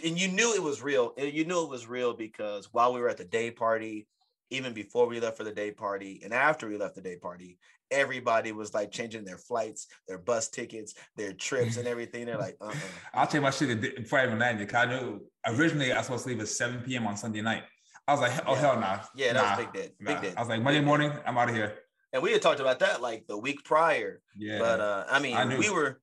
and you knew it was real. and You knew it was real because while we were at the day party, even before we left for the day party, and after we left the day party, everybody was like changing their flights, their bus tickets, their trips, and everything. They're like, uh, I'll tell you my shit the day- before I even landed. Cause I knew originally I was supposed to leave at 7 p.m. on Sunday night. I was like, oh Yeah. hell nah. yeah, that nah, was big dead, nah. big dead. I was like, Monday morning, I'm out of here. and we had talked about that like the week prior. Yeah. But uh, I mean, I knew. we were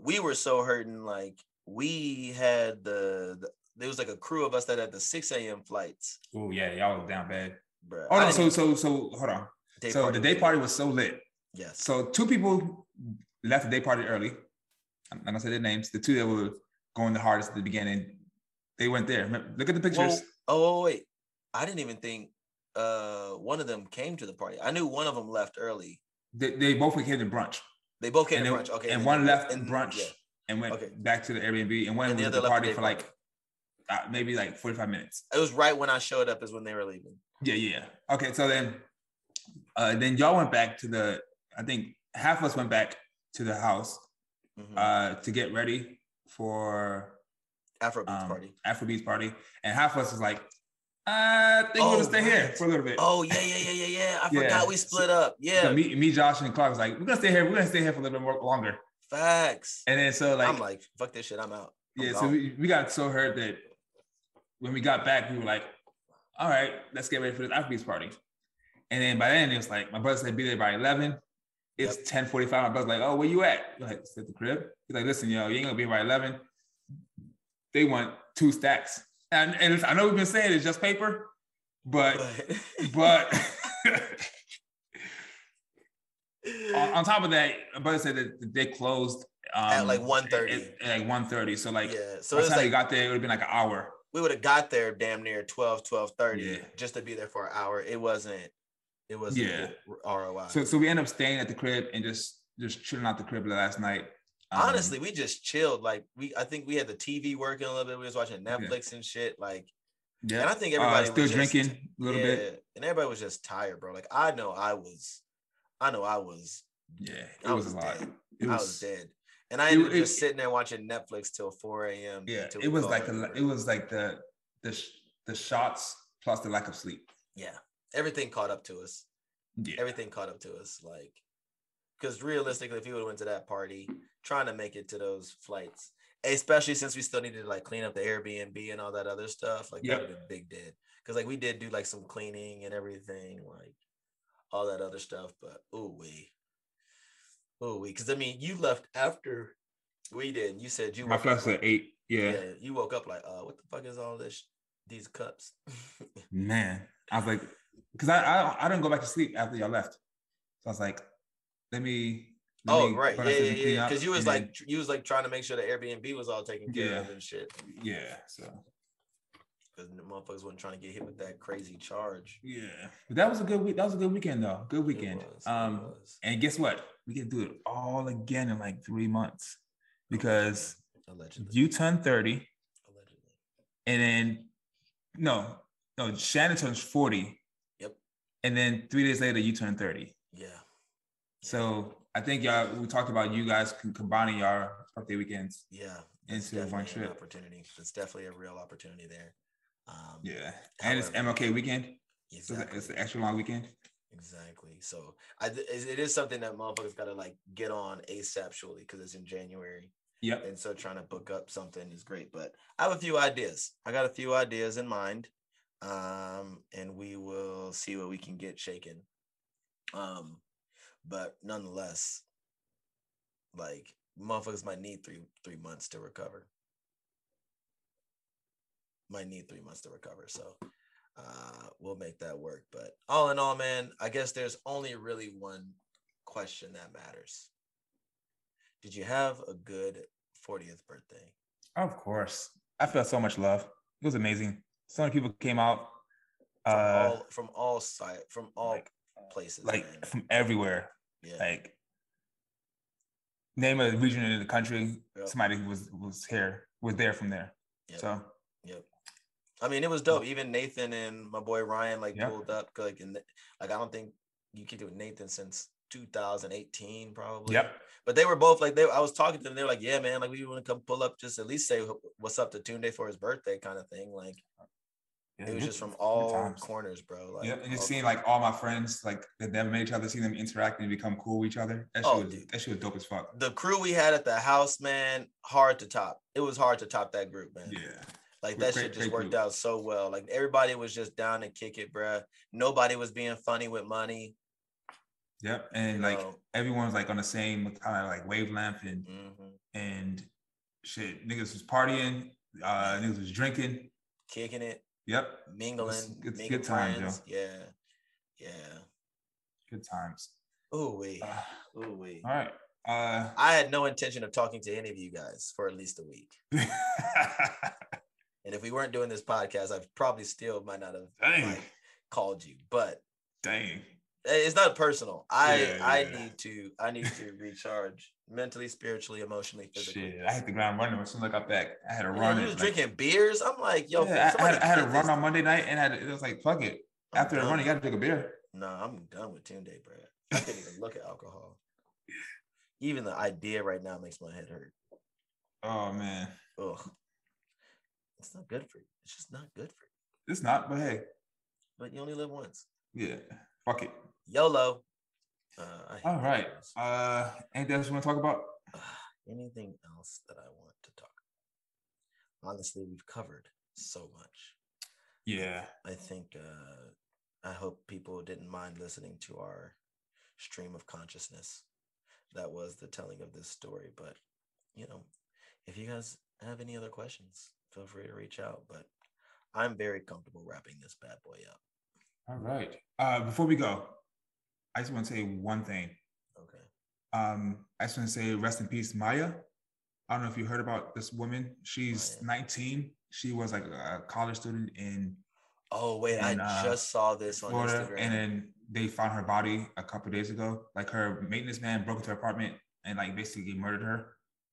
we were so hurting. Like we had the, the there was like a crew of us that had the six a.m. flights, oh yeah, y'all was down bad. bro. Oh no, so so so hold on. so the day was- party was so lit. yes, So two people left the day party early. I'm not gonna say their names. The two that were going the hardest at the beginning, they went there. Remember- Look at the Well, pictures. oh wait, I didn't even think uh one of them came to the party. I knew one of them left early. They, they both came to brunch. They both came and, to they- brunch. Okay, and then one they- left and- brunch yeah. and went Okay. back to the Airbnb, and one And the was at the other left the party day for party. like uh, maybe like 45 minutes. It was right when I showed up is when they were leaving. Yeah, yeah. Okay, so then, uh, then y'all went back to the. I think half of us went back to the house Mhm. uh, to get ready for Afrobeats um, party. Afrobeats party, and half of us was like, "Uh, I think we'll Oh, just stay here right. for a little bit. Oh yeah, yeah, yeah, yeah, yeah. I Yeah. forgot we So- split up. Yeah, So me, me, Josh, and Clark was like, we're gonna stay here. We're gonna stay here for a little bit more longer. facts. And then so like, I'm like, fuck this shit. I'm out. I'm yeah, so gone. we, we got so hurt that when we got back, we were like, all right, let's get ready for this Afrobeats party. And then by then it was like, my brother said be there by 11. It's 10:45. My brother's like, oh, where you at? We're like, "It's at the crib. He's like, listen, yo, you ain't gonna be here by 11. They want two stacks. And, and it's- I know we've been saying it's just paper, but but on, on top of that, my brother said that they closed um, At, like, 1:30. At, at like 1:30. So like yeah, so by the it's time we like got there, it would have been like an hour. we would have got there damn near 12, 12 Yeah. just to be there for an hour. It wasn't, it wasn't Yeah. r- ROI. So so we ended up staying at the crib and just just chilling out the crib last night. Um, Honestly, we just chilled. Like we, I think we had the TV working a little bit. We was watching Netflix and shit. Like, and I yeah, think uh, everybody still was just- drinking a little bit. yeah, and everybody was just tired, bro. Like I know I was, I know I was, Yeah, it I was, was a lot. dead. It I was, was dead, and I it- ended up it- just sitting there watching Netflix till four a.m. Yeah, till it we was called like a, everybody. it was like the the sh- the shots plus the lack of sleep. yeah, everything caught up to us. Yeah, everything caught up to us. Like, because realistically, if we would have went to that party, trying to make it to those flights, especially since we still needed to like clean up the Airbnb and all that other stuff, like Yep. that would have been big dead. Because like we did do like some cleaning and everything, like all that other stuff. But ooh we, ooh we, because I mean, you left after we did. You said you my woke up flight was at like- eight. Yeah. yeah, you woke up like, uh, what the fuck is all this? sh- These cups. man, I was like, because I, I I didn't go back to sleep after y'all left, so I was like, let me. let Oh me right, go yeah, downstairs yeah, and clean yeah. up, Because you was and then- like, tr- you was like trying to make sure the Airbnb was all taken care Yeah. of and shit. yeah, so. Because the motherfuckers wasn't trying to get hit with that crazy charge. Yeah, but that was a good week. That was a good weekend, though. Good It weekend. was, it um, was. and guess what? We can do it all again in like three months because allegedly, you turn thirty, allegedly, and then no, no, Shannon turns forty. Yep. And then three days later, you turn thirty. yeah, So I think y'all. We talked about you guys can combining your birthday weekends. yeah. And That's to one definitely an trip. opportunity. That's definitely a real opportunity there. Um, Yeah, and it's However, MLK weekend. So it's- exactly. it's an extra long weekend. Exactly. So I, th- it it is something that motherfuckers got to like get on ASAP surely because it's in January. Yep. and so trying to book up something is great. But I have a few ideas. I got a few ideas in mind, um, and we will see what we can get shaken. Um, But nonetheless, like motherfuckers might need three three months to recover. Might need three months to recover. So uh we'll make that work. But all in all, man, I guess there's only really one question that matters. Did you have a good 40th birthday? Of course. I felt so much love. It was amazing. So many people came out. From Uh, all from all side from all like- places. man. like from everywhere. yeah. Like name a region in the country, Yep. somebody who was was here, was there from there. Yep. So I mean, it was dope. Even Nathan and my boy Ryan like Yeah. pulled up like and like I don't think you could do it Nathan since 2018 probably. yep, But they were both like they. I was talking to them. They were like, "Yeah, man, like we want to come pull up, just at least say wh- what's up to Tune Day for his birthday, kind of thing." Like it was just from all times. corners, bro. Like, Yep, and all- just seeing like all my friends like that never met each other, seeing them interact and become cool with each other. That shit Oh, was dude. that shit was dope as fuck. the crew we had at the house, man, hard to top. It was hard to top that group, man. Yeah, Great- Like that great- shit just great worked group. out so well. Like everybody was just down to kick it, bruh. Nobody was being funny with money. yep, and you like know? everyone's like on the same kind of like wavelength and Mhm. and shit. Niggas was partying, uh, niggas was drinking. kicking it, Yep, mingling, it's making good times, yo. friends. yeah, yeah. good times. Ooh wee, Uh, ooh wee. all right. Uh, I had no intention of talking to any of you guys for at least a week. And if we weren't doing this podcast, I probably still might not have dang, like, called you. But dang. eh, it's not personal. I Yeah, yeah, I yeah. need to I need to recharge mentally, spiritually, emotionally, physically. Shit, I hit the ground running as soon as I got back. I had a You, run. know, you and, was like- drinking beers. I'm like, yo, fam, yeah, I, I somebody had, I had a get run this- Oh, on Monday night and had, it was like, fuck it. I'm After the done. run, you got to drink a beer. No, I'm done with Tunde, bro. I can't even look at alcohol. Even the idea right now makes my head hurt. Oh, man. Ugh. It's not good for you. It's just not good for you. It's not, but hey, But you only live once. yeah, fuck it. YOLO. Uh, I hate All right. those. Uh, anything else you want to talk about? Ah, Anything else that I want to talk about? Honestly, we've covered so much. Yeah. I think uh, I hope people didn't mind listening to our stream of consciousness. That was the telling of this story. But you know, if you guys have any other questions, feel free to reach out. But I'm very comfortable wrapping this bad boy up. All right. Uh, before we go, I just want to say one thing. Okay. Um, I just want to say rest in peace, Maya. I don't know if you heard about this woman. She's Maya. 19. She was like a college student in Oh wait, And, I uh, just saw this on Florida, Instagram. and then they found her body a couple days ago. Like her maintenance man broke into her apartment and like basically murdered her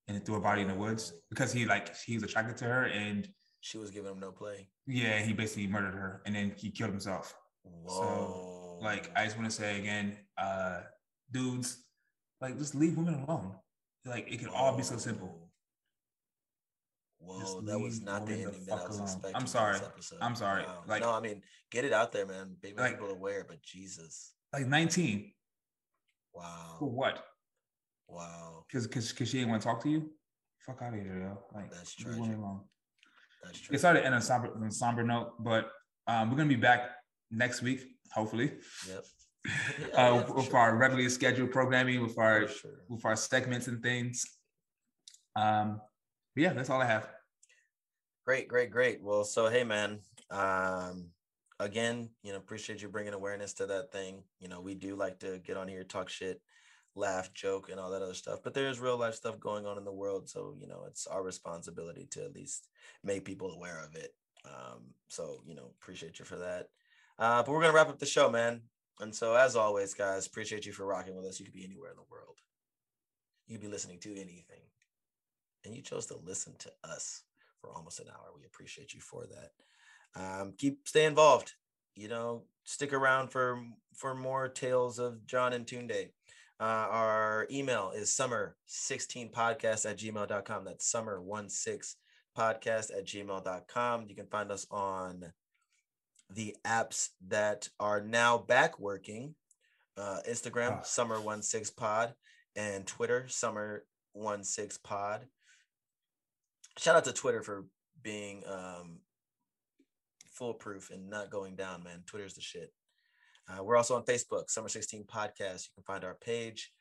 and threw her body in the woods because he like he was attracted to her and she was giving him no play. yeah, he basically murdered her and then he killed himself. Whoa. Like I just want to say again, uh, dudes, like just leave women alone. Like it can all be so simple. Whoa, Just Whoa, that was leave not the women the ending that I fuck was alone. I'm expecting. for this sorry. episode. I'm sorry. Wow. Like- no, I mean, get it out there, man. Make make Like- people aware, but Jesus. Like 19 for Wow. what? Wow. Because because she didn't want to talk to you. Fuck out of here, yo. Like That's leave women tragic. alone. That's true. It's hard to end on a somber, on a somber note, but um, we're gonna be back next week, hopefully, Yep. uh, yeah, for with sure. our regularly scheduled programming, with For our sure. with our segments and things. Um, but yeah, that's all I have. Great, great, great. Well, so hey, man. Um, again, you know, appreciate you bringing awareness to that thing. You know, we do like to get on here, talk shit, laugh, joke, and all that other stuff. But there is real life stuff going on in the world, so you know, it's our responsibility to at least make people aware of it. Um, so you know, appreciate you for that. Uh, but we're gonna wrap up the show, man. And so, as always, guys, appreciate you for rocking with us. You could be anywhere in the world. You could be listening to anything, and you chose to listen to us for almost an hour. We appreciate you for that. Um, keep stay involved. You know, stick around for for more tales of John and Tunde. Uh, our email is summer16podcast at gmail.com. That's summer16podcast at gmail.com. You can find us on the apps that are now back working uh, Instagram, Ah. summer16pod, and Twitter, summer16pod. Shout out to Twitter for being um, foolproof and not going down, man. Twitter's the shit. Uh, we're also on Facebook, Summer 16 Podcast. You can find our page,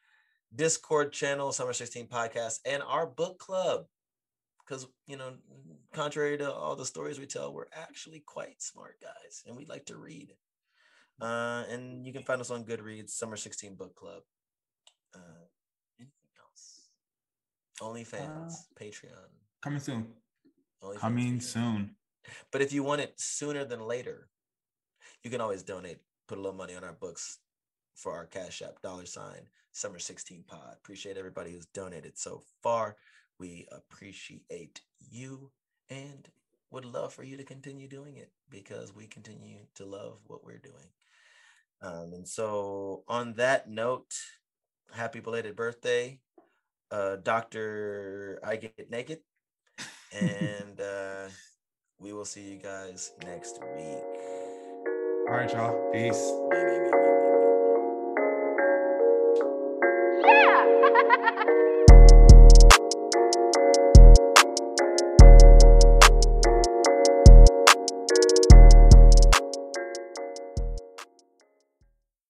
Discord channel, Summer 16 Podcast, and our book club. Because, you know, contrary to all the stories we tell, we're actually quite smart guys and we like to read. Uh, and you can find us on Goodreads, Summer 16 Book Club. Uh, anything else? OnlyFans, Uh, Patreon. Coming soon. OnlyFans, Coming Patreon. soon. But if you want it sooner than later, you can always donate, put a little money on our books for our Cash App dollar sign Summer 16 Pod. Appreciate everybody who's donated so far. We appreciate you and would love for you to continue doing it because we continue to love what we're doing. Um, and so, on that note, happy belated birthday, uh, Dr. I Get Naked. And uh, we will see you guys next week. All right, y'all. Peace. Yeah!